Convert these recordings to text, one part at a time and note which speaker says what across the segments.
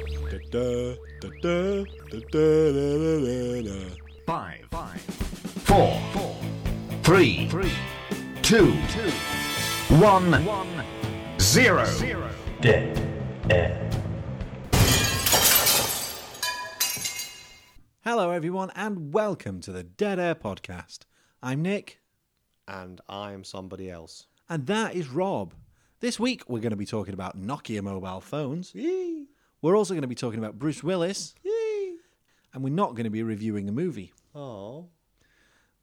Speaker 1: da, da, da, da, da, da, da, da, da.
Speaker 2: Five, five, four, four, three, three, two, two, one, one, zero, zero.
Speaker 3: dead air.
Speaker 4: Hello, everyone, and welcome to the Dead Air Podcast. I'm Nick,
Speaker 5: and I am somebody else.
Speaker 4: and that is Rob. This week, we're going to be talking about Nokia mobile phones. We're also going to be talking about Bruce Willis. And we're not going to be reviewing a movie,
Speaker 5: Oh,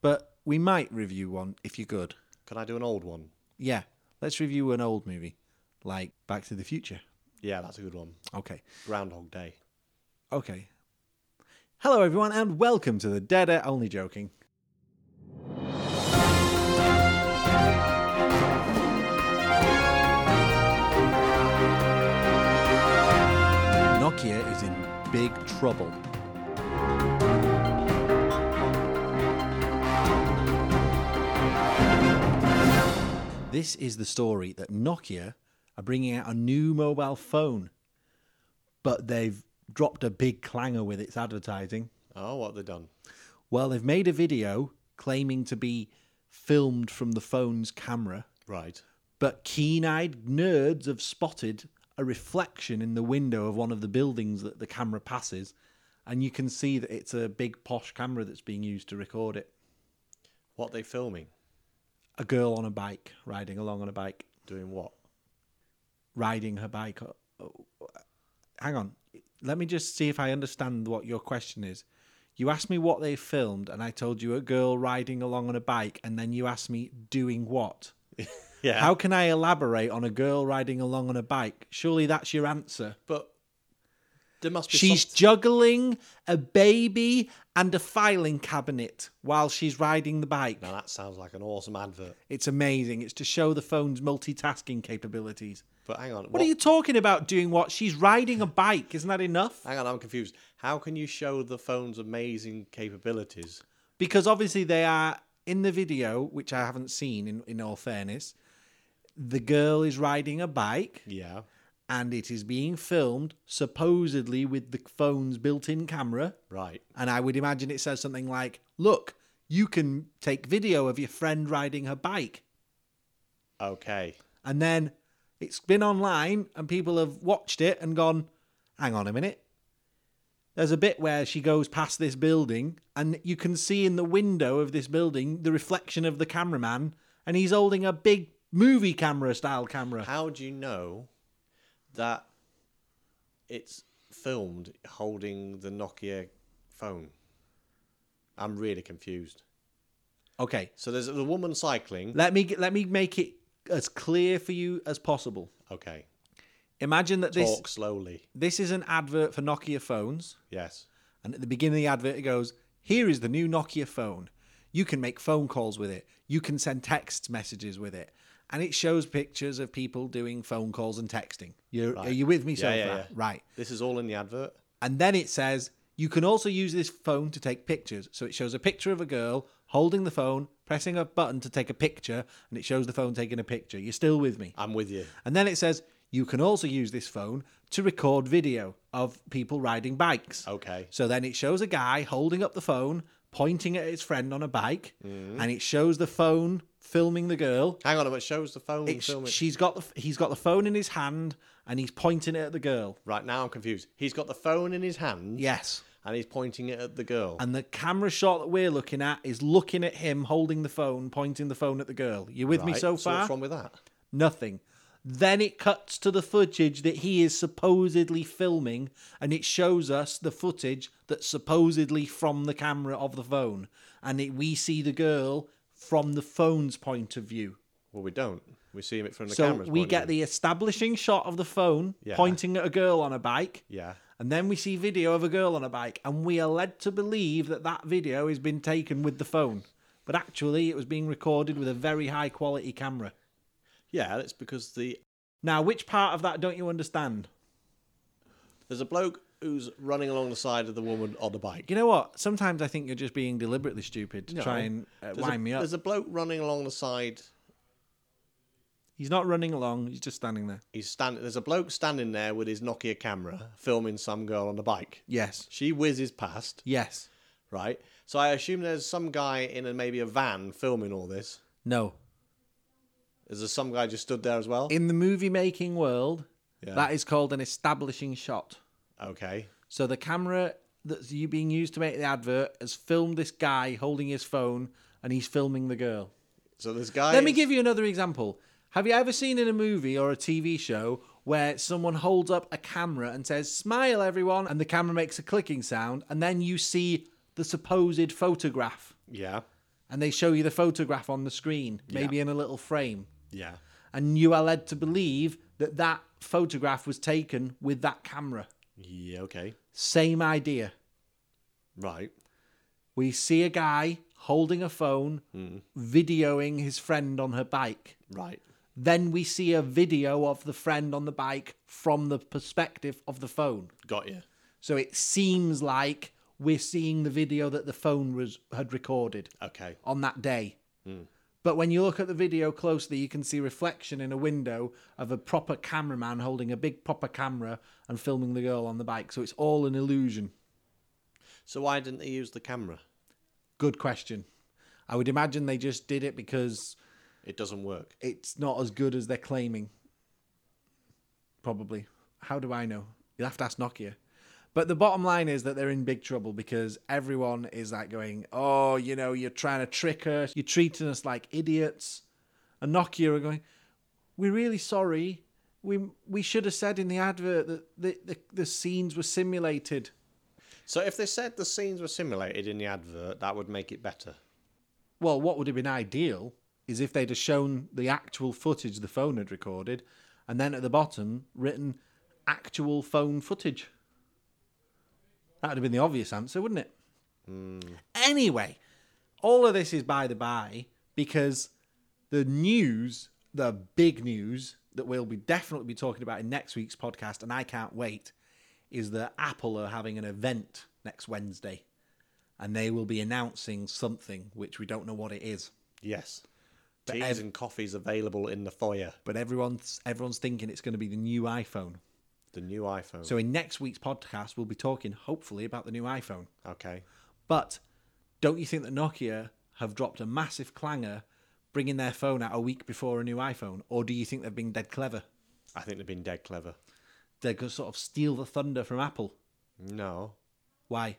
Speaker 4: but we might review one if you're good.
Speaker 5: can I do an old one?
Speaker 4: Yeah, let's review an old movie, like Back to the Future.
Speaker 5: Yeah, that's a good one.
Speaker 4: Okay,
Speaker 5: Groundhog Day.
Speaker 4: okay. Hello, everyone, and welcome to the Dead Air Only Joking. Nokia is in big trouble. This is the story that Nokia are bringing out a new mobile phone, but they've dropped a big clanger with its advertising.
Speaker 5: Oh, what have they done?
Speaker 4: Well, they've made a video claiming to be filmed from the phone's camera,
Speaker 5: Right.
Speaker 4: but keen eyed nerds have spotted a reflection in the window of one of the buildings that the camera passes, and you can see that it's a big posh camera that's being used to record it.
Speaker 5: What they filming?
Speaker 4: A girl on a bike, riding along on a bike,
Speaker 5: Doing what?
Speaker 4: riding her bike. Oh, oh, Hang on, let me just see if I understand what your question is. You asked me what they filmed, and I told you a girl riding along on a bike, and then you asked me doing what?
Speaker 5: Yeah.
Speaker 4: How can I elaborate on a girl riding along on a bike? Surely that's your answer.
Speaker 5: But there must be.
Speaker 4: She's
Speaker 5: some-
Speaker 4: juggling a baby and a filing cabinet while she's riding the bike.
Speaker 5: Now that sounds like an awesome advert.
Speaker 4: It's amazing. It's to show the phone's multitasking capabilities.
Speaker 5: But hang on.
Speaker 4: What, are you talking about doing what? She's riding a bike. Isn't that enough?
Speaker 5: Hang on, I'm confused. How can you show the phone's amazing capabilities?
Speaker 4: Because obviously they are in the video, which I haven't seen in, in all fairness. The girl is riding a bike
Speaker 5: Yeah.
Speaker 4: and it is being filmed supposedly with the phone's built in camera.
Speaker 5: Right.
Speaker 4: And I would imagine it says something like, Look, you can take video of your friend riding her bike.
Speaker 5: Okay.
Speaker 4: And then it's been online and people have watched it and gone, Hang on a minute. There's a bit where she goes past this building and you can see in the window of this building the reflection of the cameraman and he's holding a big movie camera style camera.
Speaker 5: How do you know that it's filmed holding the Nokia phone? I'm really confused.
Speaker 4: Okay.
Speaker 5: So there's the woman cycling.
Speaker 4: Let me let me make it as clear for you as possible.
Speaker 5: Okay.
Speaker 4: Imagine that this
Speaker 5: Talk slowly.
Speaker 4: this is an advert for Nokia phones.
Speaker 5: Yes.
Speaker 4: And at the beginning of the advert, it goes, Here is the new Nokia phone. You can make phone calls with it. You can send text messages with it. And it shows pictures of people doing phone calls and texting. You're, Are you with me so
Speaker 5: Yeah, yeah,
Speaker 4: far?
Speaker 5: yeah.
Speaker 4: Right.
Speaker 5: This is all in the advert.
Speaker 4: And then it says, You can also use this phone to take pictures. So it shows a picture of a girl holding the phone, pressing a button to take a picture, and it shows the phone taking a picture. You're still with me.
Speaker 5: I'm with you.
Speaker 4: And then it says, You can also use this phone to record video of people riding bikes.
Speaker 5: Okay.
Speaker 4: So then it shows a guy holding up the phone, pointing at his friend on a bike,
Speaker 5: Mm.
Speaker 4: and it shows the phone filming the girl.
Speaker 5: Hang on, it shows the phone
Speaker 4: It's,
Speaker 5: filming.
Speaker 4: she's got the, he's got the phone in his hand and he's pointing it at the girl.
Speaker 5: Right now, I'm confused. He's got the phone in his hand
Speaker 4: Yes.
Speaker 5: and he's pointing it at the girl.
Speaker 4: And the camera shot that we're looking at is looking at him holding the phone, pointing the phone at the girl. You with me
Speaker 5: Right,
Speaker 4: so far?
Speaker 5: what's wrong with that?
Speaker 4: Nothing. Then it cuts to the footage that he is supposedly filming, and it shows us the footage that's supposedly from the camera of the phone. And it, we see the girl from the phone's point of view.
Speaker 5: Well, we don't. We see it from the
Speaker 4: so
Speaker 5: camera's
Speaker 4: we
Speaker 5: point of
Speaker 4: get
Speaker 5: view.
Speaker 4: the establishing shot of the phone
Speaker 5: Yeah.
Speaker 4: pointing at a girl on a bike.
Speaker 5: Yeah.
Speaker 4: And then we see video of a girl on a bike, and we are led to believe that that video has been taken with the phone. But actually, it was being recorded with a very high quality camera.
Speaker 5: Yeah, that's because the
Speaker 4: Now, which part of that don't you understand?
Speaker 5: there's a bloke who's running along the side of the woman on a bike.
Speaker 4: You know what? Sometimes I think you're just being deliberately stupid to
Speaker 5: No.
Speaker 4: try and uh,
Speaker 5: There's a-
Speaker 4: wind me up.
Speaker 5: There's a bloke running along the side
Speaker 4: He's not running along. He's just standing there.
Speaker 5: He's standing. There's a bloke standing there with his Nokia camera filming some girl on a bike.
Speaker 4: Yes.
Speaker 5: She whizzes past,
Speaker 4: Yes.
Speaker 5: right? So I assume there's some guy in a, maybe a van filming all this.
Speaker 4: No.
Speaker 5: Is there some guy just stood there as well?
Speaker 4: In the movie making world,
Speaker 5: Yeah.
Speaker 4: that is called an establishing shot.
Speaker 5: okay.
Speaker 4: So the camera that's you being used to make the advert has filmed this guy holding his phone and he's filming the girl.
Speaker 5: So this guy.
Speaker 4: Let me give you another example. Have you ever seen in a movie or a TV show where someone holds up a camera and says, smile, everyone, and the camera makes a clicking sound, and then you see the supposed photograph
Speaker 5: Yeah.
Speaker 4: and they show you the photograph on the screen, maybe in a little frame,
Speaker 5: Yeah.
Speaker 4: and you are led to believe that that photograph was taken with that camera?
Speaker 5: Yeah. Okay.
Speaker 4: Same idea.
Speaker 5: Right.
Speaker 4: We see a guy holding a phone, videoing his friend on her bike.
Speaker 5: Right.
Speaker 4: Then we see a video of the friend on the bike from the perspective of the phone.
Speaker 5: Got you.
Speaker 4: So it seems like we're seeing the video that the phone was had recorded
Speaker 5: Okay.
Speaker 4: on that day. But when you look at the video closely, you can see reflection in a window of a proper cameraman holding a big proper camera and filming the girl on the bike. So it's all an illusion.
Speaker 5: So why didn't he use the camera?
Speaker 4: Good question. I would imagine they just did it because
Speaker 5: It doesn't work.
Speaker 4: it's not as good as they're claiming. Probably. How do I know? You'll have to ask Nokia. But the bottom line is that they're in big trouble because everyone is like going, oh, you know, you're trying to trick us. You're treating us like idiots. And Nokia are going, we're really sorry. We, we should have said in the advert that the, the, the scenes were simulated.
Speaker 5: So if they said the scenes were simulated in the advert, that would make it better.
Speaker 4: well, what would have been ideal is if they'd have shown the actual footage the phone had recorded, and then at the bottom written actual phone footage. That would have been the obvious answer, wouldn't it? Anyway, all of this is by the by because the news, the big news that we'll be definitely be talking about in next week's podcast, and I can't wait, is that Apple are having an event next Wednesday and they will be announcing something which we don't know what it is.
Speaker 5: Yes.
Speaker 4: But
Speaker 5: Teas
Speaker 4: ev-
Speaker 5: and coffees available in the foyer.
Speaker 4: But everyone's everyone's thinking it's going to be the new iPhone.
Speaker 5: The new iPhone.
Speaker 4: So in next week's podcast, we'll be talking hopefully about the new iPhone.
Speaker 5: okay.
Speaker 4: But don't you think that Nokia have dropped a massive clanger, bringing their phone out a week before a new iPhone, or do you think they've been dead clever?
Speaker 5: I think they've been dead clever.
Speaker 4: They're going to sort of steal the thunder from Apple.
Speaker 5: No,
Speaker 4: Why?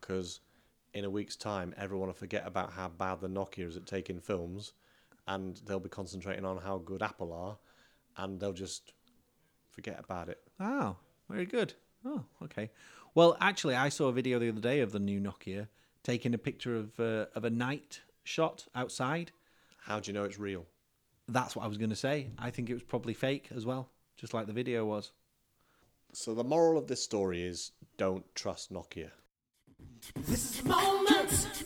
Speaker 5: because in a week's time, everyone will forget about how bad the Nokia is at taking films, and they'll be concentrating on how good Apple are, and they'll just forget about it.
Speaker 4: Oh, very good. Oh, okay. Well, actually, I saw a video the other day of the new Nokia taking a picture of uh, of a night shot outside.
Speaker 5: How do you know it's real?
Speaker 4: That's what I was going to say. I think it was probably fake as well, just like the video was.
Speaker 5: So the moral of this story is don't trust Nokia.
Speaker 6: This is the moment.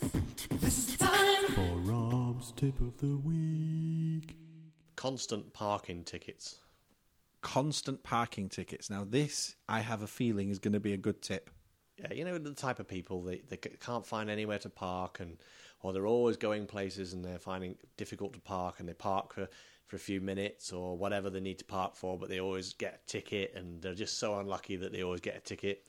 Speaker 6: This is the time.
Speaker 1: For Rob's tip of the week.
Speaker 5: Constant parking tickets.
Speaker 4: Constant parking tickets. Now, this I have a feeling is going to be a good tip.
Speaker 5: Yeah, you know the type of people they they c- can't find anywhere to park, and or they're always going places and they're finding it difficult to park, and they park for for a few minutes or whatever they need to park for, but they always get a ticket, and they're just so unlucky that they always get a ticket.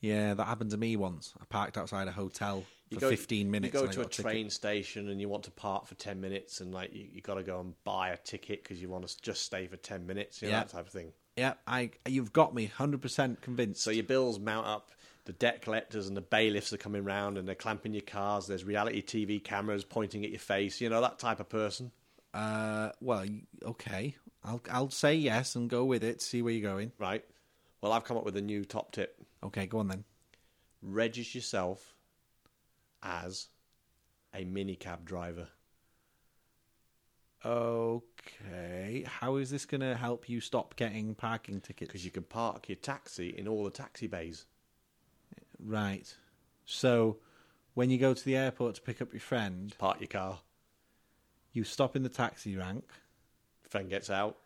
Speaker 4: Yeah, that happened to me once. I parked outside a hotel for 15 minutes.
Speaker 5: You go
Speaker 4: and I
Speaker 5: to a
Speaker 4: got ticket.
Speaker 5: train station and you want to park for ten minutes, and like you, you got to go and buy a ticket because you want to just stay for ten minutes, you know,
Speaker 4: Yeah.
Speaker 5: that type of thing.
Speaker 4: Yeah, I you've got me 100% convinced.
Speaker 5: So your bills mount up. The debt collectors and the bailiffs are coming round and they're clamping your cars. There's reality TV cameras pointing at your face. You know that type of person.
Speaker 4: Uh, well, y- okay. I'll I'll say yes and go with it. See where you're going.
Speaker 5: right? Well, I've come up with a new top tip.
Speaker 4: Okay, go on then.
Speaker 5: Register yourself as a minicab driver.
Speaker 4: Okay. How is this going to help you stop getting parking tickets?
Speaker 5: Because you can park your taxi in all the taxi bays.
Speaker 4: Right. So, when you go to the airport to pick up your friend,
Speaker 5: Park your car.
Speaker 4: you stop in the taxi rank,
Speaker 5: Friend gets out.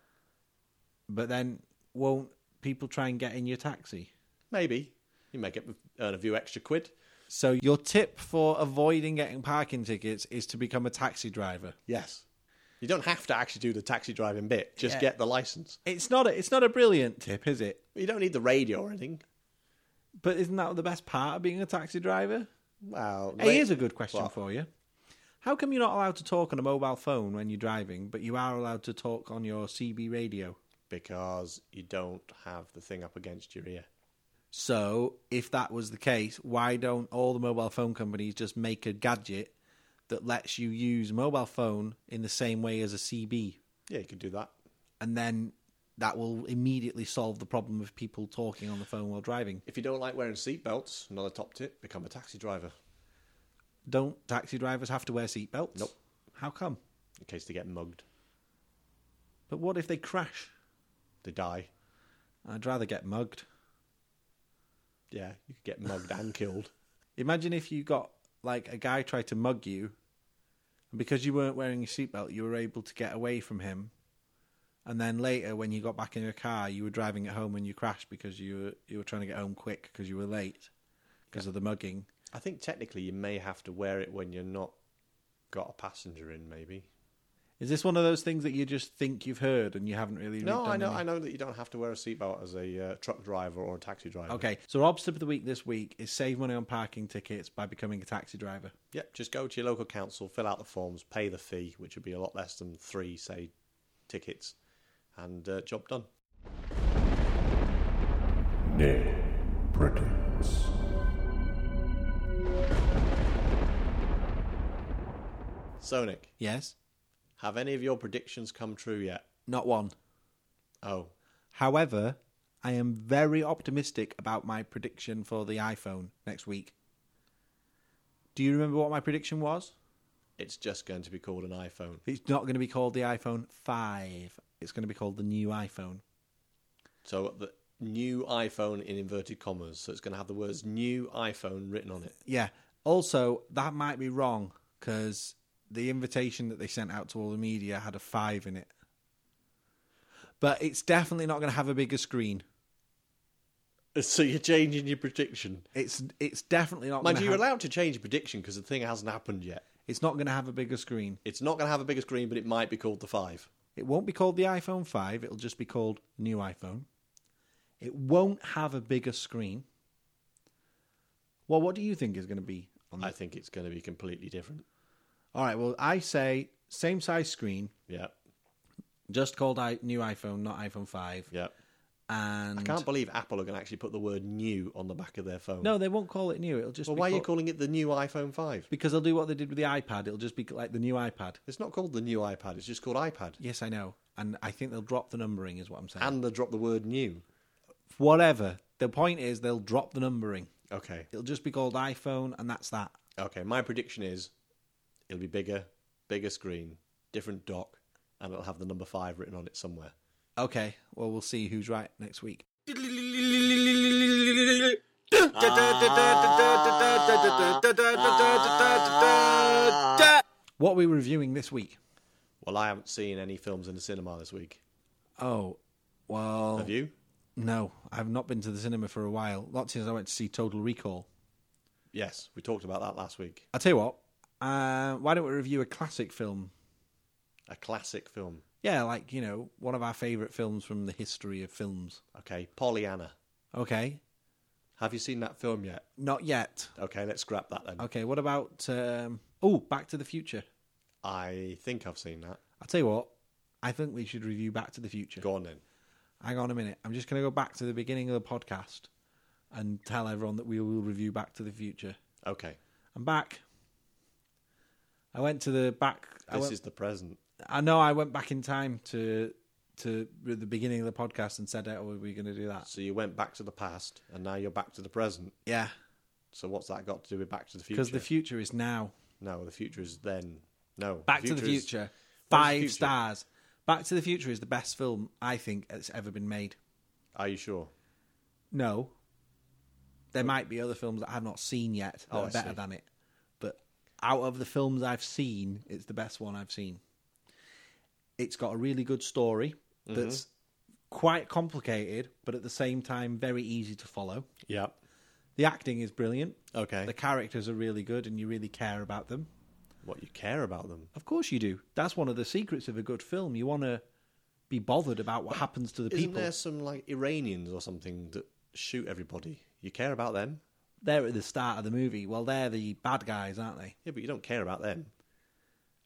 Speaker 4: but then won't people try and get in your taxi?
Speaker 5: Maybe you make it earn a few extra quid.
Speaker 4: So, your tip for avoiding getting parking tickets is to become a taxi driver.
Speaker 5: Yes. You don't have to actually do the taxi driving bit. Just get the license.
Speaker 4: It's not a it's not a brilliant tip, is it?
Speaker 5: You don't need the radio or anything.
Speaker 4: But isn't that the best part of being a taxi driver?
Speaker 5: Well,
Speaker 4: Hey,
Speaker 5: la-
Speaker 4: here's a good question
Speaker 5: What?
Speaker 4: for you. How come you're not allowed to talk on a mobile phone when you're driving, but you are allowed to talk on your CB radio?
Speaker 5: because you don't have the thing up against your ear.
Speaker 4: So, if that was the case, why don't all the mobile phone companies just make a gadget that lets you use mobile phone in the same way as a CB?
Speaker 5: Yeah, you could do that.
Speaker 4: And then that will immediately solve the problem of people talking on the phone while driving.
Speaker 5: If you don't like wearing seatbelts, another top tip: become a taxi driver
Speaker 4: Don't taxi drivers have to wear seatbelts?
Speaker 5: Nope.
Speaker 4: How come?
Speaker 5: in case they get mugged,
Speaker 4: But what if they crash?
Speaker 5: they die.
Speaker 4: I'd rather get mugged.
Speaker 5: Yeah, you could get mugged and killed.
Speaker 4: Imagine if you got like a guy tried to mug you, and because you weren't wearing your seatbelt, you were able to get away from him. And then later, when you got back in your car, you were driving at home and you crashed because you were you were trying to get home quick because you were late because of the mugging.
Speaker 5: I think technically you may have to wear it when you're not got a passenger in. Maybe.
Speaker 4: Is this one of those things that you just think you've heard and you haven't really?
Speaker 5: No,
Speaker 4: done
Speaker 5: I know.
Speaker 4: any-
Speaker 5: I know that you don't have to wear a seatbelt as a uh, truck driver or a taxi driver.
Speaker 4: Okay, so our obstacle of the week this week is save money on parking tickets by becoming a taxi driver.
Speaker 5: Yep. Just go to your local council, fill out the forms, pay the fee, which would be a lot less than three, say, tickets, and uh, job done.
Speaker 1: Nick predicts.
Speaker 5: So Nick,
Speaker 4: Yes,
Speaker 5: have any of your predictions come true yet?
Speaker 4: not one.
Speaker 5: Oh,
Speaker 4: However, I am very optimistic about my prediction for the iPhone next week. Do you remember what my prediction was?
Speaker 5: it's just going to be called an iPhone.
Speaker 4: It's not going to be called the iPhone 5. It's going to be called the new iPhone.
Speaker 5: So uh, the new iPhone in inverted commas. So it's going to have the words "new iPhone" written on it.
Speaker 4: Yeah. Also, that might be wrong because the invitation that they sent out to all the media had a 5 in it. But it's definitely not going to have a bigger screen.
Speaker 5: So you're changing your prediction.
Speaker 4: It's it's definitely not going
Speaker 5: Mind
Speaker 4: to
Speaker 5: you, you're
Speaker 4: have,
Speaker 5: allowed to change your prediction because the thing hasn't happened yet.
Speaker 4: it's not going to have a bigger screen.
Speaker 5: It's not going to have a bigger screen, but it might be called the five.
Speaker 4: It won't be called the iPhone 5, it'll just be called new iPhone. It won't have a bigger screen. Well, what do you think is going to be on
Speaker 5: I
Speaker 4: that?
Speaker 5: think it's going to be completely different.
Speaker 4: All right, well, I say same size screen,
Speaker 5: Yeah,
Speaker 4: just called I- new iPhone, not iPhone 5.
Speaker 5: yeah.
Speaker 4: And
Speaker 5: I can't believe Apple are going to actually put the word "new" on the back of their phone.
Speaker 4: No, they won't call it new. It'll just
Speaker 5: Well,
Speaker 4: be
Speaker 5: why are you
Speaker 4: called-
Speaker 5: calling it the new iPhone five?
Speaker 4: because they'll do what they did with the iPad. It'll just be like the new iPad.
Speaker 5: It's not called the new iPad. It's just called iPad.
Speaker 4: Yes, I know. And I think they'll drop the numbering is what I'm saying.
Speaker 5: And they drop the word "new."
Speaker 4: whatever. The point is they'll drop the numbering.
Speaker 5: Okay.
Speaker 4: It'll just be called iPhone and that's that.
Speaker 5: Okay, my prediction is it'll be bigger, bigger screen, different dock, and it'll have the number five written on it somewhere.
Speaker 4: Okay, well, we'll see who's right next week. What are we reviewing this week?
Speaker 5: Well, I haven't seen any films in the cinema this week.
Speaker 4: Oh, well,
Speaker 5: Have you?
Speaker 4: no, I've not been to the cinema for a while. Not since I went to see Total Recall.
Speaker 5: Yes, we talked about that last week.
Speaker 4: I'll tell you what, uh, why don't we review a classic film?
Speaker 5: A classic film.
Speaker 4: Yeah, like, you know, one of our favourite films from the history of films.
Speaker 5: Okay, Pollyanna.
Speaker 4: Okay,
Speaker 5: Have you seen that film yet?
Speaker 4: not yet.
Speaker 5: Okay, let's scrap that then.
Speaker 4: Okay, what about, um, oh, Back to the Future?
Speaker 5: I think I've seen that.
Speaker 4: I'll tell you what, I think we should review Back to the Future.
Speaker 5: Go on then.
Speaker 4: Hang on a minute. I'm just going to go back to the beginning of the podcast and tell everyone that we will review Back to the Future.
Speaker 5: Okay,
Speaker 4: I'm back. I went to the back. I,
Speaker 5: this
Speaker 4: went,
Speaker 5: is the present.
Speaker 4: I know I went back in time to to the beginning of the podcast and said, "Oh, we're going to do that."
Speaker 5: So you went back to the past, and now you're back to the present.
Speaker 4: Yeah,
Speaker 5: So what's that got to do with Back to the Future?
Speaker 4: because the future is now.
Speaker 5: no, the future is then. No,
Speaker 4: Back to the
Speaker 5: is-
Speaker 4: Future,
Speaker 5: What is the
Speaker 4: five
Speaker 5: future?
Speaker 4: stars. Back to the Future is the best film I think that's ever been made.
Speaker 5: Are you sure?
Speaker 4: No. There might be other films that I've not seen yet that
Speaker 5: Oh,
Speaker 4: are
Speaker 5: I
Speaker 4: better
Speaker 5: see.
Speaker 4: than it. But out of the films I've seen, it's the best one I've seen. It's got a really good story
Speaker 5: Mm-hmm.
Speaker 4: that's quite complicated, but at the same time, very easy to follow.
Speaker 5: Yeah.
Speaker 4: The acting is brilliant.
Speaker 5: Okay.
Speaker 4: The characters are really good and you really care about them.
Speaker 5: what you care about them.
Speaker 4: Of course you do. That's one of the secrets of a good film. You want to be bothered about what happens to the
Speaker 5: Isn't
Speaker 4: people.
Speaker 5: there some like Iranians or something that shoot everybody? You care about them,
Speaker 4: They're at the start of the movie. Well, they're the bad guys, aren't they?
Speaker 5: yeah, but you don't care about them.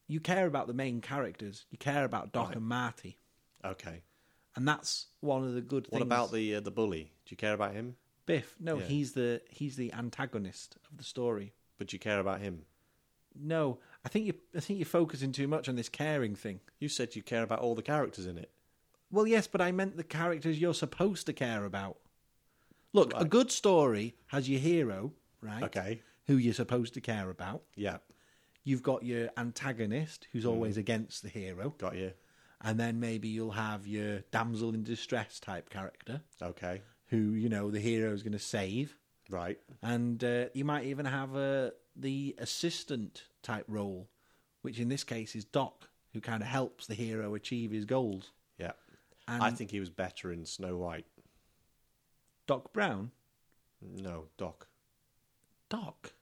Speaker 4: You care about the main characters. You care about Doc
Speaker 5: Right.
Speaker 4: and Marty,
Speaker 5: Okay.
Speaker 4: and that's one of the good
Speaker 5: What
Speaker 4: things.
Speaker 5: about the uh, the bully? Do you care about him?
Speaker 4: Biff? No,
Speaker 5: Yeah.
Speaker 4: he's the he's the antagonist of the story.
Speaker 5: But you care about him.
Speaker 4: No, I think you I think you're focusing too much on this caring thing.
Speaker 5: You said you care about all the characters in it.
Speaker 4: Well, yes, but I meant the characters you're supposed to care about. Look, a good story has your hero, right?
Speaker 5: Okay.
Speaker 4: Who you're supposed to care about.
Speaker 5: Yeah,
Speaker 4: You've got your antagonist, who's always against the hero.
Speaker 5: Mm-hmm. got you.
Speaker 4: And then maybe you'll have your damsel in distress type character,
Speaker 5: Okay,
Speaker 4: who, you know, the hero's going to save.
Speaker 5: right.
Speaker 4: And uh, you might even have uh, the assistant type role, which in this case is Doc, who kind of helps the hero achieve his goals.
Speaker 5: Yeah,
Speaker 4: And
Speaker 5: I think he was better in Snow White.
Speaker 4: Doc Brown.
Speaker 5: No, Doc.
Speaker 4: Doc?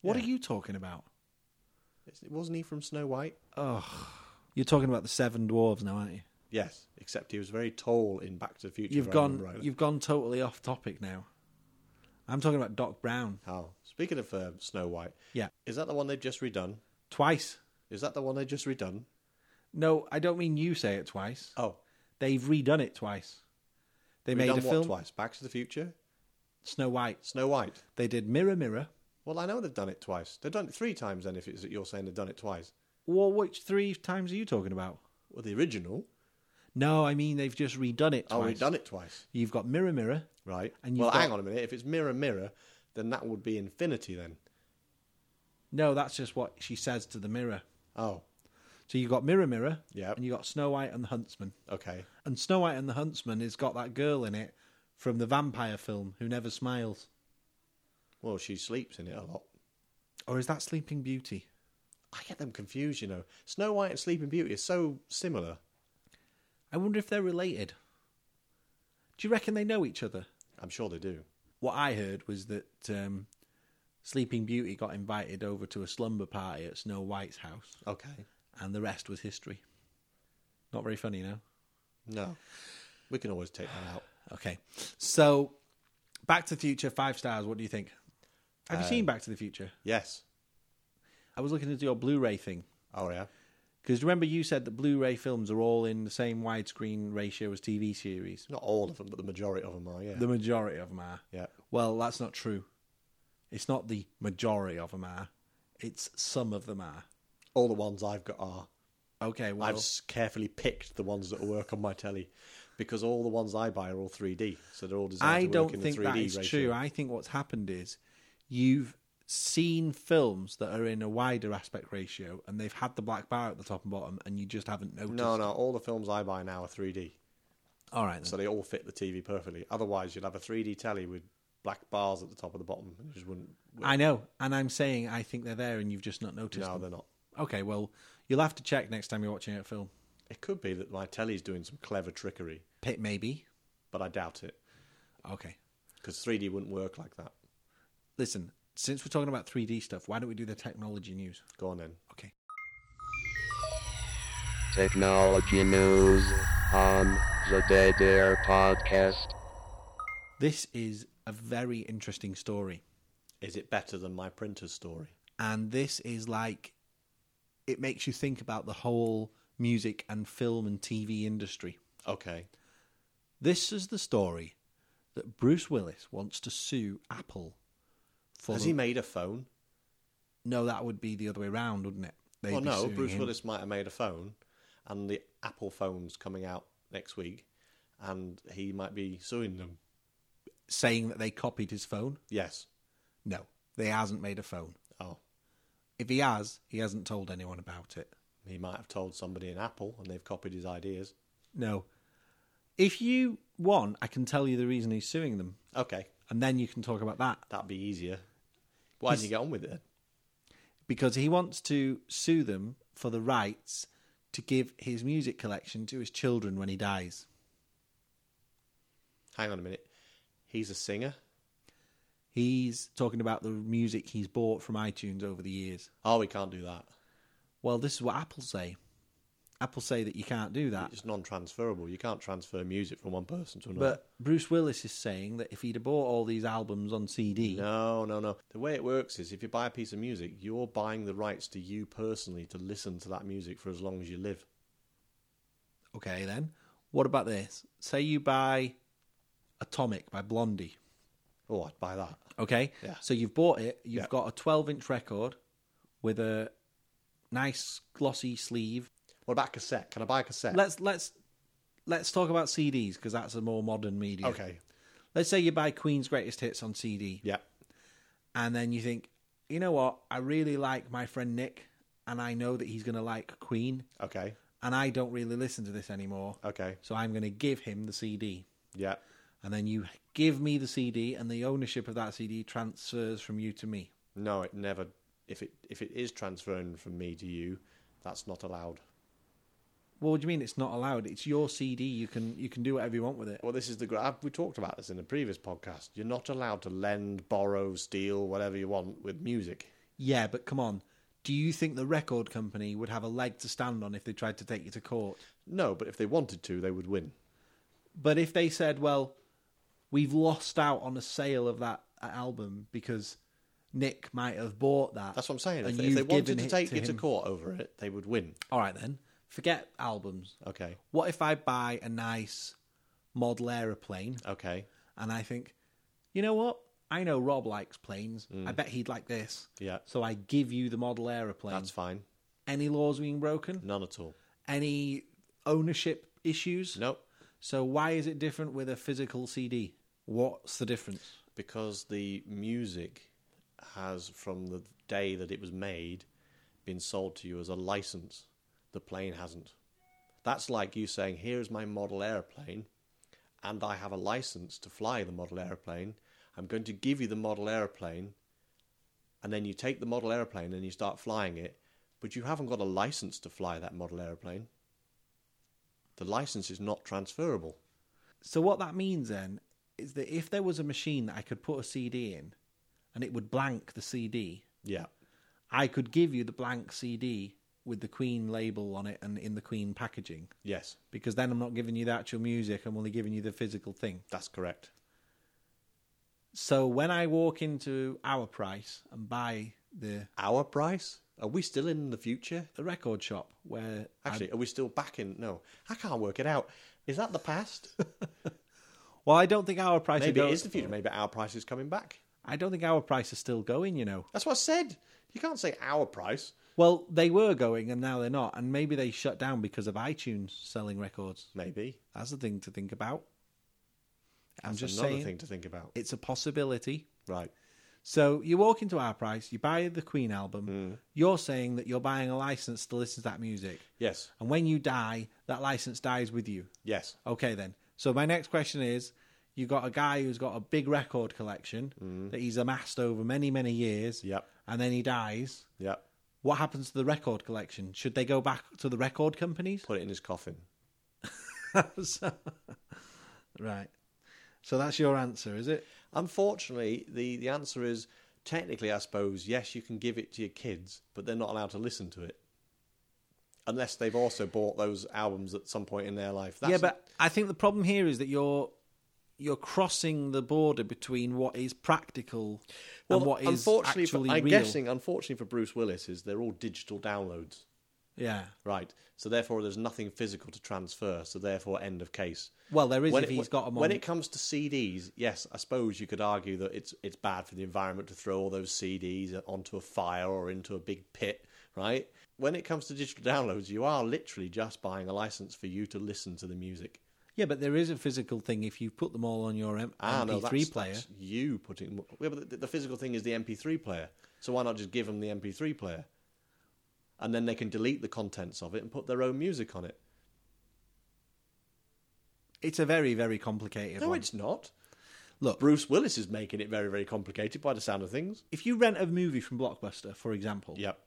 Speaker 4: What
Speaker 5: Yeah.
Speaker 4: are you talking about?
Speaker 5: Is- Wasn't he from Snow White?
Speaker 4: You're talking about the seven dwarves now, aren't you?
Speaker 5: Yes, except he was very tall in Back to the Future.
Speaker 4: You've
Speaker 5: if I
Speaker 4: gone
Speaker 5: remember rightly.
Speaker 4: you've gone totally off topic now. I'm talking about Doc Brown.
Speaker 5: Oh, speaking of uh, Snow White,
Speaker 4: Yeah.
Speaker 5: is that the one they've just redone?
Speaker 4: Twice.
Speaker 5: Is that the one they just redone?
Speaker 4: No, I don't mean you say it twice.
Speaker 5: Oh,
Speaker 4: They've redone it twice. They made
Speaker 5: redone
Speaker 4: a
Speaker 5: what
Speaker 4: film
Speaker 5: twice? Back to the Future,
Speaker 4: Snow White.
Speaker 5: Snow White.
Speaker 4: They did Mirror Mirror.
Speaker 5: Well, I know they've done it twice. They've done it three times. Then, if it's that you're saying they've done it twice,
Speaker 4: Well, which three times are you talking about?
Speaker 5: well, the original.
Speaker 4: No, I mean they've just redone it
Speaker 5: Oh,
Speaker 4: twice.
Speaker 5: we've done it twice,
Speaker 4: You've got Mirror Mirror.
Speaker 5: right?
Speaker 4: And you've
Speaker 5: well,
Speaker 4: got-
Speaker 5: hang on a minute. If it's Mirror Mirror, then that would be Infinity. Then.
Speaker 4: No, that's just what she says to the mirror.
Speaker 5: Oh,
Speaker 4: So you've got Mirror Mirror.
Speaker 5: Yep.
Speaker 4: And you've got Snow White and the Huntsman.
Speaker 5: okay.
Speaker 4: And Snow White and the Huntsman has got that girl in it from the vampire film who never smiles.
Speaker 5: Well, she sleeps in it a lot.
Speaker 4: Or is that Sleeping Beauty?
Speaker 5: I get them confused, you know. Snow White and Sleeping Beauty are so similar.
Speaker 4: I wonder if they're related. Do you reckon they know each other?
Speaker 5: I'm sure they do.
Speaker 4: What I heard was that um, Sleeping Beauty got invited over to a slumber party at Snow White's house,
Speaker 5: Okay.
Speaker 4: and the rest was history. Not very funny, no?
Speaker 5: No. We can always take that out.
Speaker 4: Okay. So, Back to the Future, five stars. What do you think? Have
Speaker 5: Uh,
Speaker 4: you seen Back to the Future?
Speaker 5: Yes.
Speaker 4: I was looking into your Blu ray thing.
Speaker 5: Oh yeah.
Speaker 4: Because remember, you said that Blu ray films are all in the same widescreen ratio as TV series.
Speaker 5: Not all of them, but the majority of them are. Yeah.
Speaker 4: The majority of them are.
Speaker 5: Yeah.
Speaker 4: Well, that's not true. It's not the majority of them are. It's some of them are.
Speaker 5: All the ones I've got are.
Speaker 4: Okay, well,
Speaker 5: I've s- carefully picked the ones that work on my telly, because all the ones I buy are all 3D, so they're all designed
Speaker 4: I
Speaker 5: to work in
Speaker 4: don't
Speaker 5: the
Speaker 4: think
Speaker 5: 3D
Speaker 4: that is
Speaker 5: ratio.
Speaker 4: true. I think what's happened is you've seen films that are in a wider aspect ratio and they've had the black bar at the top and bottom and you just haven't noticed.
Speaker 5: No, no. All the films I buy now are 3D,
Speaker 4: All right, then.
Speaker 5: so they all fit the TV perfectly. Otherwise, you'd have a 3D telly with black bars at the top and the bottom, and it just wouldn't.
Speaker 4: I know. And I'm saying I think they're there and you've just not noticed.
Speaker 5: No,
Speaker 4: them.
Speaker 5: they're not.
Speaker 4: Okay, well, you'll have to check next time you're watching a film.
Speaker 5: It could be that my telly's doing some clever trickery,
Speaker 4: Pit, maybe.
Speaker 5: but I doubt it
Speaker 4: Okay.
Speaker 5: because 3D wouldn't work like that.
Speaker 4: Listen, since we're talking about 3D stuff, why don't we do the technology news?
Speaker 5: Go on then.
Speaker 4: Okay.
Speaker 7: Technology news on the Dead Air Podcast.
Speaker 4: This is a very interesting story.
Speaker 5: Is it better than my printer's story?
Speaker 4: And this is like, it makes you think about the whole music and film and TV industry.
Speaker 5: Okay.
Speaker 4: This is the story that Bruce Willis wants to sue Apple for.
Speaker 5: Has
Speaker 4: the-
Speaker 5: he made a phone?
Speaker 4: no, that would be the other way around, wouldn't it? They'd
Speaker 5: well,
Speaker 4: be
Speaker 5: Oh, no.
Speaker 4: suing
Speaker 5: Bruce
Speaker 4: him.
Speaker 5: Willis might have made a phone, and the Apple phone's coming out next week, and he might be suing them.
Speaker 4: Saying that they copied his phone?
Speaker 5: Yes.
Speaker 4: No, they hasn't made a phone.
Speaker 5: Oh,
Speaker 4: If he has, he hasn't told anyone about it.
Speaker 5: he might have told somebody in Apple, and they've copied his ideas.
Speaker 4: No. If you want, I can tell you the reason he's suing them,
Speaker 5: Okay,
Speaker 4: and then you can talk about that.
Speaker 5: that'd be easier. Why didn't he get on with it? then?
Speaker 4: because he wants to sue them for the rights to give his music collection to his children when he dies.
Speaker 5: Hang on a minute. He's a singer.
Speaker 4: He's talking about the music he's bought from iTunes over the years.
Speaker 5: Oh, we can't do that.
Speaker 4: Well, this is what Apple say. Apple say that you can't do that.
Speaker 5: It's non-transferable. You can't transfer music from one person to another.
Speaker 4: But Bruce Willis is saying that if he'd have bought all these albums on CD,
Speaker 5: no, no, no. The way it works is if you buy a piece of music, you're buying the rights to you personally to listen to that music for as long as you live.
Speaker 4: okay, then what about this? Say you buy Atomic by Blondie.
Speaker 5: Oh, I'd buy that.
Speaker 4: Okay.
Speaker 5: Yeah.
Speaker 4: So you've bought it. You've
Speaker 5: Yeah.
Speaker 4: got a 12 inch record with a nice glossy sleeve.
Speaker 5: What about cassette? Can I buy a cassette?
Speaker 4: Let's let's let's talk about CDs because that's a more modern medium.
Speaker 5: okay.
Speaker 4: Let's say you buy Queen's Greatest Hits on CD,
Speaker 5: Yeah.
Speaker 4: and then you think, you know what? I really like my friend Nick, and I know that he's going to like Queen,
Speaker 5: Okay.
Speaker 4: and I don't really listen to this anymore.
Speaker 5: Okay.
Speaker 4: So I'm going to give him the CD,
Speaker 5: Yeah.
Speaker 4: and then you give me the CD, and the ownership of that CD transfers from you to me.
Speaker 5: No, it never. If it if it is transferring from me to you, that's not allowed.
Speaker 4: Well, what do you mean it's not allowed? It's your CD. You can you can do whatever you want with it.
Speaker 5: Well, this is the. gra- We talked about this in a previous podcast. You're not allowed to lend, borrow, steal, whatever you want with music.
Speaker 4: Yeah, but come on. Do you think the record company would have a leg to stand on if they tried to take you to court?
Speaker 5: No, but if they wanted to, they would win.
Speaker 4: But if they said, "Well, we've lost out on a sale of that uh, album because Nick might have bought that,"
Speaker 5: That's what I'm saying. If,
Speaker 4: and
Speaker 5: they- if they
Speaker 4: you've
Speaker 5: wanted
Speaker 4: given
Speaker 5: to
Speaker 4: it
Speaker 5: take you to
Speaker 4: him-
Speaker 5: court over it, they would win.
Speaker 4: All right then, forget albums.
Speaker 5: Okay.
Speaker 4: What if I buy a nice model aeroplane
Speaker 5: Okay.
Speaker 4: and I think, you know what? I know Rob likes planes. I bet he'd like this.
Speaker 5: Mm. Yeah.
Speaker 4: So I give you the model aeroplane.
Speaker 5: That's fine.
Speaker 4: Any laws being broken?
Speaker 5: None at all.
Speaker 4: Any ownership issues?
Speaker 5: Nope.
Speaker 4: So why is it different with a physical CD? What's the difference?
Speaker 5: because the music has, from the day that it was made, been sold to you as a license. The plane hasn't. That's like you saying, "Here is my model airplane, and I have a license to fly the model airplane. I'm going to give you the model airplane, and then you take the model airplane and you start flying it, but you haven't got a license to fly that model airplane. The license is not transferable.
Speaker 4: So what that means then is that if there was a machine that I could put a CD in and it would blank the CD,
Speaker 5: Yeah,
Speaker 4: I could give you the blank CD with the Queen label on it and in the Queen packaging
Speaker 5: yes,
Speaker 4: because then I'm not giving you the actual music, I'm only giving you the physical thing.
Speaker 5: that's correct.
Speaker 4: So when I walk into our price and buy the
Speaker 5: our price? Are we still in the future?
Speaker 4: the record shop where I-
Speaker 5: Actually, are we still back in? No, I can't work it out. Is that the past?
Speaker 4: well, I don't think our price
Speaker 5: Maybe
Speaker 4: are
Speaker 5: it
Speaker 4: go- Oh.
Speaker 5: is the future. Maybe our price is coming back.
Speaker 4: I don't think our price is still going, you know.
Speaker 5: That's what I said. You can't say our price.
Speaker 4: Well, they were going and now they're not, and maybe they shut down because of iTunes selling records.
Speaker 5: Maybe.
Speaker 4: That's the thing to think about. I'm
Speaker 5: That's
Speaker 4: just
Speaker 5: another
Speaker 4: saying
Speaker 5: thing to think about.
Speaker 4: it's a possibility.
Speaker 5: Right.
Speaker 4: So you walk into our price, you buy the Queen album.
Speaker 5: Hmm.
Speaker 4: You're saying that you're buying a license to listen to that music,
Speaker 5: Yes.
Speaker 4: and when you die, that license dies with you.
Speaker 5: Yes.
Speaker 4: Okay, then. So my next question is: You got a guy who's got a big record collection that he's amassed over many, many years.
Speaker 5: Hmm. Yep.
Speaker 4: And then he dies.
Speaker 5: Yep.
Speaker 4: What happens to the record collection? Should they go back to the record companies?
Speaker 5: Put it in his coffin.
Speaker 4: So- right. So that's your answer, is it?
Speaker 5: Unfortunately, the, the answer is technically, I suppose, yes, you can give it to your kids, but they're not allowed to listen to it. Unless they've also bought those albums at some point in their life. That's
Speaker 4: yeah, but I think the problem here is that you're you're crossing the border between what is practical and what is
Speaker 5: unfortunately for-
Speaker 4: actually
Speaker 5: I'm
Speaker 4: real.
Speaker 5: guessing, unfortunately for Bruce Willis, is they're all digital downloads,
Speaker 4: yeah.
Speaker 5: right? So therefore, there's nothing physical to transfer. So therefore, end of case.
Speaker 4: Well, there is
Speaker 5: When
Speaker 4: if
Speaker 5: it-
Speaker 4: he's got them on.
Speaker 5: when it comes to CDs, yes, I suppose you could argue that it's it's bad for the environment to throw all those CDs onto a fire or into a big pit, right? When it comes to digital downloads, you are literally just buying a license for you to listen to the music.
Speaker 4: yeah, but there is a physical thing if you put them all on your M-
Speaker 5: Ah, no,
Speaker 4: MP3
Speaker 5: that's,
Speaker 4: player.
Speaker 5: that's you putting. Yeah, but the, the physical thing is the MP3 player. So why not just give them the MP3 player, and then they can delete the contents of it and put their own music on it?
Speaker 4: It's a very very complicated
Speaker 5: No,
Speaker 4: one.
Speaker 5: it's not.
Speaker 4: Look,
Speaker 5: Bruce Willis is making it very, very complicated by the sound of things.
Speaker 4: if you rent a movie from Blockbuster, for example,
Speaker 5: Yep.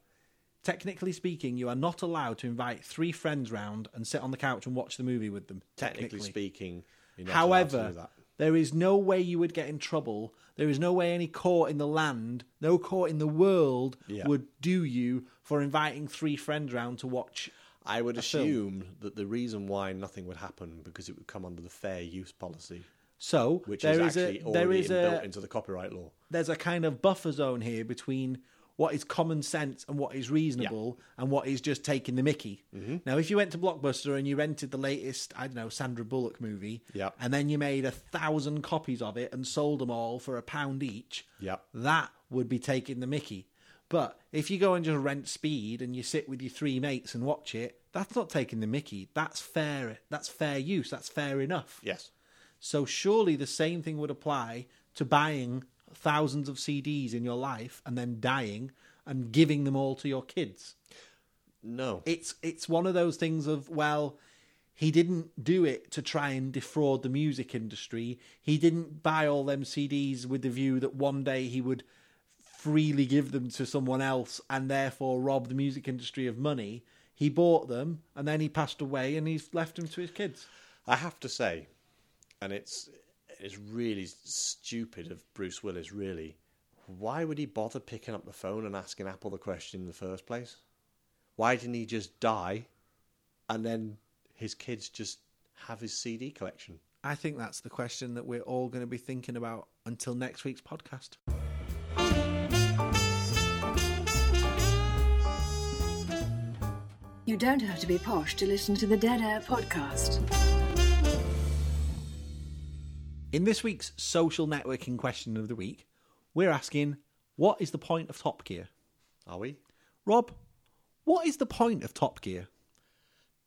Speaker 4: technically speaking, you are not allowed to invite three friends round and sit on the couch and watch the movie with them.
Speaker 5: Technically, speaking, you're not allowed to do
Speaker 4: However,
Speaker 5: that.
Speaker 4: There is no way you would get in trouble. There is no way any court in the land, no court in the world
Speaker 5: Yeah.
Speaker 4: would do you for inviting three friends round to watch.
Speaker 5: I would
Speaker 4: film.
Speaker 5: assume that the reason why nothing would happen because it would come under the fair use policy,
Speaker 4: So
Speaker 5: which
Speaker 4: there
Speaker 5: is
Speaker 4: is
Speaker 5: actually
Speaker 4: a there
Speaker 5: already
Speaker 4: is
Speaker 5: built
Speaker 4: a
Speaker 5: into the copyright law.
Speaker 4: there's a kind of buffer zone here between what is common sense and what is reasonable and what is just taking the mickey. Now, if you went to Blockbuster and you rented the latest, I don't know, Sandra Bullock movie,
Speaker 5: Yep.
Speaker 4: and then you made a thousand copies of it and sold them all for a pound each,
Speaker 5: Yep.
Speaker 4: that would be taking the mickey. But if you go and just rent Speed and you sit with your three mates and watch it, that's not taking the mickey. That's fair. That's fair use. That's fair enough.
Speaker 5: Yes.
Speaker 4: So surely the same thing would apply to buying thousands of CDs in your life and then dying and giving them all to your kids.
Speaker 5: No.
Speaker 4: It's it's one of those things of well, he didn't do it to try and defraud the music industry. He didn't buy all them CDs with the view that one day he would freely give them to someone else and therefore rob the music industry of money. He bought them and then he passed away and he's left them to his kids.
Speaker 5: I have to say, and it's it's really stupid of Bruce Willis. Really, why would he bother picking up the phone and asking Apple the question in the first place? Why didn't he just die, and then his kids just have his CD collection?
Speaker 4: I think that's the question that we're all going to be thinking about until next week's podcast.
Speaker 8: You don't have to be posh to listen to the Dead Air podcast.
Speaker 4: In this week's social networking question of the week, we're asking what is the point of Top Gear?
Speaker 5: Are we?
Speaker 4: Rob, what is the point of Top Gear?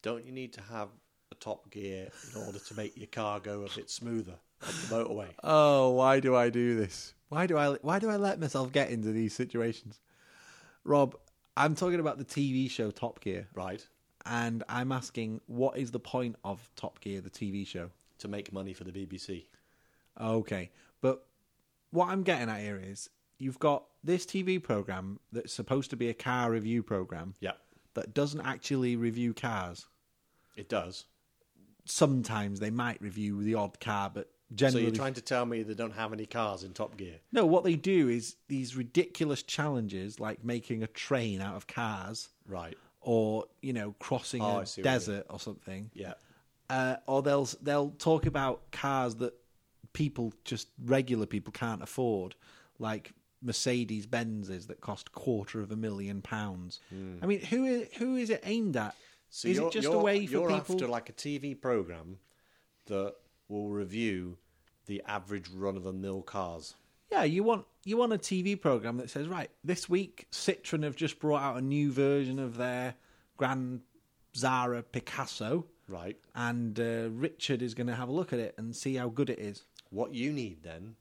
Speaker 5: Don't you need to have a Top Gear in order to make your car go a bit smoother up the motorway?
Speaker 4: Oh, why do I do this? Why do I why do I let myself get into these situations? Rob, I'm talking about the TV show Top Gear
Speaker 5: Right.
Speaker 4: and I'm asking what is the point of Top Gear the TV show?
Speaker 5: To make money for the BBC.
Speaker 4: Okay. But what I'm getting at here is you've got this TV program that's supposed to be a car review program
Speaker 5: Yeah,
Speaker 4: that doesn't actually review cars.
Speaker 5: it does.
Speaker 4: Sometimes they might review the odd car, but
Speaker 5: So
Speaker 4: generally.
Speaker 5: you're trying to tell me they don't have any cars in Top Gear?
Speaker 4: No, what they do is these ridiculous challenges like making a train out of cars
Speaker 5: Right.
Speaker 4: or, you know, crossing
Speaker 5: Oh, I
Speaker 4: a
Speaker 5: see what you mean.
Speaker 4: desert or something.
Speaker 5: Yeah.
Speaker 4: uh, or they'll they'll talk about cars that people just regular people can't afford, like Mercedes Benzes that cost quarter of a million pounds. I mean, who is who is it aimed at?
Speaker 5: Hmm. So
Speaker 4: is
Speaker 5: you're,
Speaker 4: it just
Speaker 5: you're,
Speaker 4: a way for
Speaker 5: you're
Speaker 4: people?
Speaker 5: after like a TV program that will review the average run of the mill cars.
Speaker 4: Yeah, you want you want a TV program that says, right, this week Citroen have just brought out a new version of their Grand Zara Picasso,
Speaker 5: Right.
Speaker 4: and uh, Richard is going to have a look at it and see how good it is.
Speaker 5: What you need then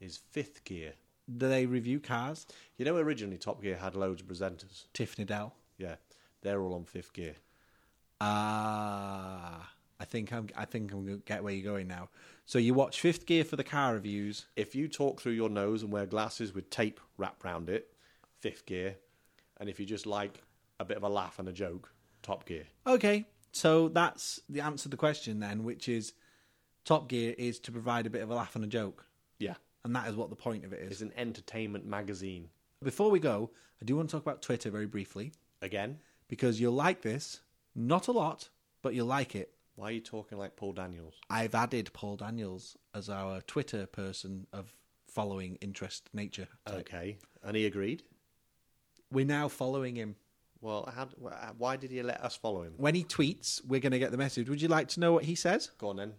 Speaker 5: is fifth gear.
Speaker 4: Do they review cars?
Speaker 5: You know, originally Top Gear had loads of presenters.
Speaker 4: Tiffany Dell.
Speaker 5: Yeah, they're all on fifth gear.
Speaker 4: Ah, I think I'm. I think I'm gonna get where you're going now. So you watch Fifth Gear for the car reviews.
Speaker 5: If you talk through your nose and wear glasses with tape wrapped round it, fifth gear. And if you just like a bit of a laugh and a joke, Top Gear.
Speaker 4: Okay, so that's the answer to the question then, which is Top Gear is to provide a bit of a laugh and a joke,
Speaker 5: Yeah,
Speaker 4: and that is what the point of it is.
Speaker 5: it's an entertainment magazine.
Speaker 4: Before we go, I do want to talk about Twitter very briefly
Speaker 5: Again,
Speaker 4: because you'll like this. Not a lot, but you'll like it.
Speaker 5: why are you talking like Paul Daniels?
Speaker 4: I've added Paul Daniels as our Twitter person of following interest nature.
Speaker 5: Okay, and he agreed.
Speaker 4: We're now following him.
Speaker 5: Well, how, wh- why did he let us follow him?
Speaker 4: when he tweets, we're going to get the message. Would you like to know what he says?
Speaker 5: Go on then.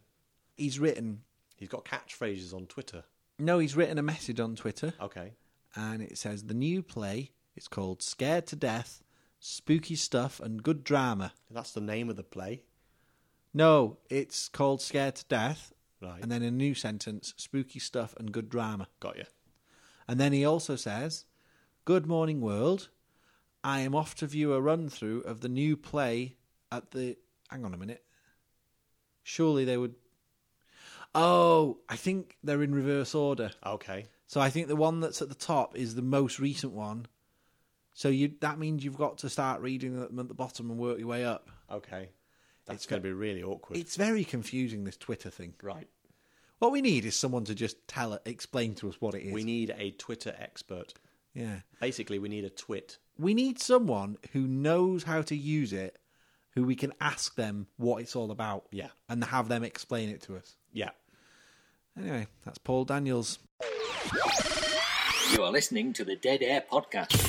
Speaker 4: He's written,
Speaker 5: He's got catchphrases on Twitter.
Speaker 4: no, he's written a message on Twitter
Speaker 5: Okay.
Speaker 4: and it says, the new play is called Scared to Death, Spooky Stuff and Good Drama.
Speaker 5: That's the name of the play.
Speaker 4: No, it's called Scared to Death.
Speaker 5: Right.
Speaker 4: And then a new sentence, Spooky Stuff and Good Drama.
Speaker 5: Got you.
Speaker 4: And then he also says, Good morning, world. I am off to view a run through of the new play at the. Hang on a minute. Surely they would. Oh, I think they're in reverse order.
Speaker 5: Okay.
Speaker 4: So I think the one that's at the top is the most recent one. So you that means you've got to start reading them at the bottom and work your way up.
Speaker 5: Okay. That's
Speaker 4: It's
Speaker 5: going
Speaker 4: got-
Speaker 5: to be really awkward.
Speaker 4: It's very confusing this Twitter thing.
Speaker 5: Right.
Speaker 4: What we need is someone to just tell, explain to us what it is.
Speaker 5: We need a Twitter expert.
Speaker 4: yeah.
Speaker 5: Basically, we need a twit.
Speaker 4: We need someone who knows how to use it, who we can ask them what it's all about.
Speaker 5: Yeah.
Speaker 4: And have them explain it to us.
Speaker 5: Yeah.
Speaker 4: Anyway, that's Paul Daniels.
Speaker 9: You are listening to the Dead Air Podcast.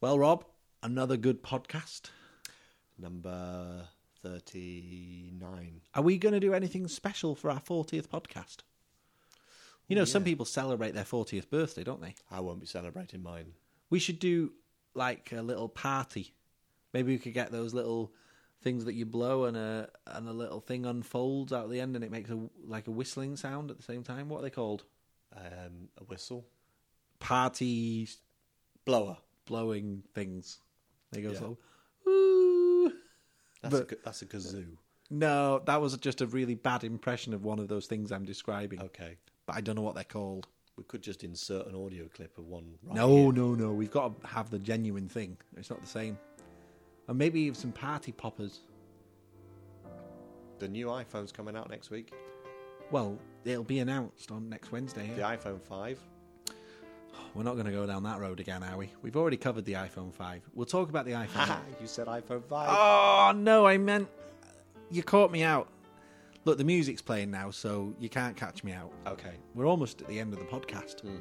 Speaker 4: Well, Rob, another good podcast.
Speaker 5: Number 39.
Speaker 4: Are we going to do anything special for our 40th podcast? You know, some people celebrate their 40th birthday, don't they?
Speaker 5: I won't be celebrating mine.
Speaker 4: We should do like a little party. Maybe we could get those little things that you blow and a and a little thing unfolds out the end and it makes a like a whistling sound at the same time. What are they called?
Speaker 5: Um, a whistle?
Speaker 4: Party
Speaker 5: Blower.
Speaker 4: blowing things. They go
Speaker 5: Yeah.
Speaker 4: so. Ooh.
Speaker 5: That's,
Speaker 4: But-
Speaker 5: a, gu- that's a kazoo.
Speaker 4: No, that was just a really bad impression of one of those things I'm describing,
Speaker 5: Okay.
Speaker 4: but I don't know what they're called.
Speaker 5: We could just insert an audio clip of one. Right
Speaker 4: no,
Speaker 5: here.
Speaker 4: no, no. We've got to have the genuine thing. It's not the same. And maybe even some party poppers.
Speaker 5: The new iPhone's coming out next week.
Speaker 4: Well, it'll be announced on next Wednesday. yeah?
Speaker 5: The iPhone 5.
Speaker 4: We're not going to go down that road again, are we? We've already covered the iPhone 5. We'll talk about the iPhone.
Speaker 5: you said iPhone 5.
Speaker 4: oh, no, I meant. You caught me out. Look, the music's playing now, so you can't catch me out.
Speaker 5: Okay.
Speaker 4: We're almost at the end of the podcast.
Speaker 5: Hmm.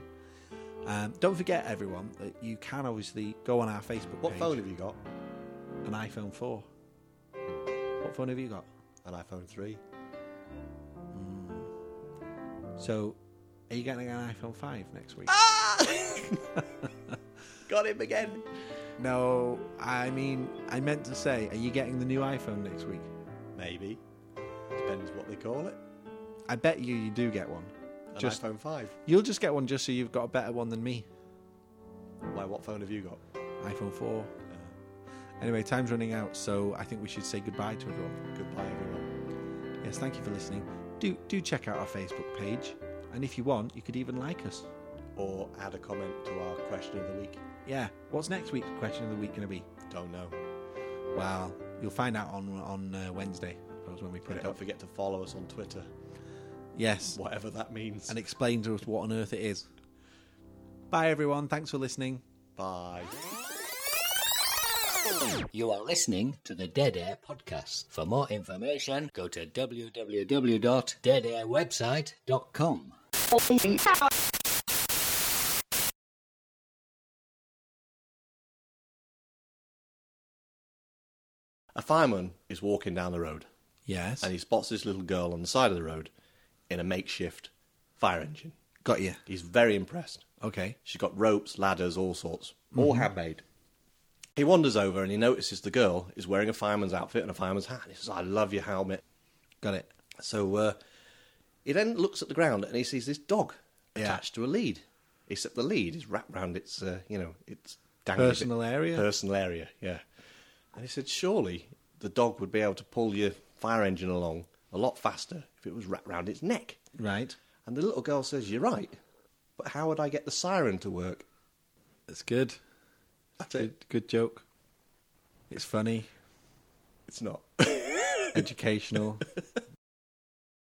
Speaker 4: Um, don't forget, everyone, that you can obviously go on our Facebook
Speaker 5: What
Speaker 4: page.
Speaker 5: phone have you got?
Speaker 4: An iPhone 4. What phone have you got?
Speaker 5: An iPhone 3.
Speaker 4: So, are you getting an iPhone 5 next week?
Speaker 5: Ah! Got him again.
Speaker 4: No, I mean, I meant to say, are you getting the new iPhone next week?
Speaker 5: Maybe. Depends what they call it.
Speaker 4: I bet you you do get one.
Speaker 5: An
Speaker 4: Just
Speaker 5: iPhone 5.
Speaker 4: you'll just get one just so you've got a better one than me.
Speaker 5: Why, what phone have you got?
Speaker 4: iPhone 4. Uh, Anyway, time's running out, so I think we should say goodbye to everyone.
Speaker 5: Goodbye, everyone.
Speaker 4: Yes, thank you for listening. Do do check out our Facebook page, and if you want, you could even like us.
Speaker 5: or add a comment to our question of the week.
Speaker 4: Yeah. What's next week's question of the week going to be?
Speaker 5: Don't know.
Speaker 4: Well, you'll find out on on uh, Wednesday, I suppose, when we put
Speaker 5: But
Speaker 4: it
Speaker 5: don't
Speaker 4: up.
Speaker 5: forget to follow us on Twitter,
Speaker 4: Yes,
Speaker 5: whatever that means.
Speaker 4: and explain to us what on earth it is. Bye, everyone. Thanks for listening.
Speaker 5: Bye.
Speaker 9: You are listening to the Dead Air Podcast. For more information, go to www.deadairwebsite.com.
Speaker 5: A fireman is walking down the road
Speaker 4: Yes.
Speaker 5: and he spots this little girl on the side of the road in a makeshift fire engine.
Speaker 4: Got you.
Speaker 5: He's very impressed.
Speaker 4: Okay. Mm-hmm.
Speaker 5: She's got ropes, ladders, all sorts, all handmade. He wanders over and he notices the girl is wearing a fireman's outfit and a fireman's hat. He says, I love your helmet.
Speaker 4: Got it.
Speaker 5: So uh, he then looks at the ground and he sees this dog
Speaker 4: Yeah.
Speaker 5: attached to a lead. Except the lead is wrapped round its, uh, you know, its dangly bit-
Speaker 4: Personal area?
Speaker 5: Personal area, yeah. And he said, surely the dog would be able to pull your fire engine along a lot faster if it was wrapped round its neck.
Speaker 4: Right.
Speaker 5: And the little girl says, you're right, but how would I get the siren to work?
Speaker 4: That's good.
Speaker 5: That's it.
Speaker 4: Good, good joke. It's funny,
Speaker 5: It's not.
Speaker 4: educational.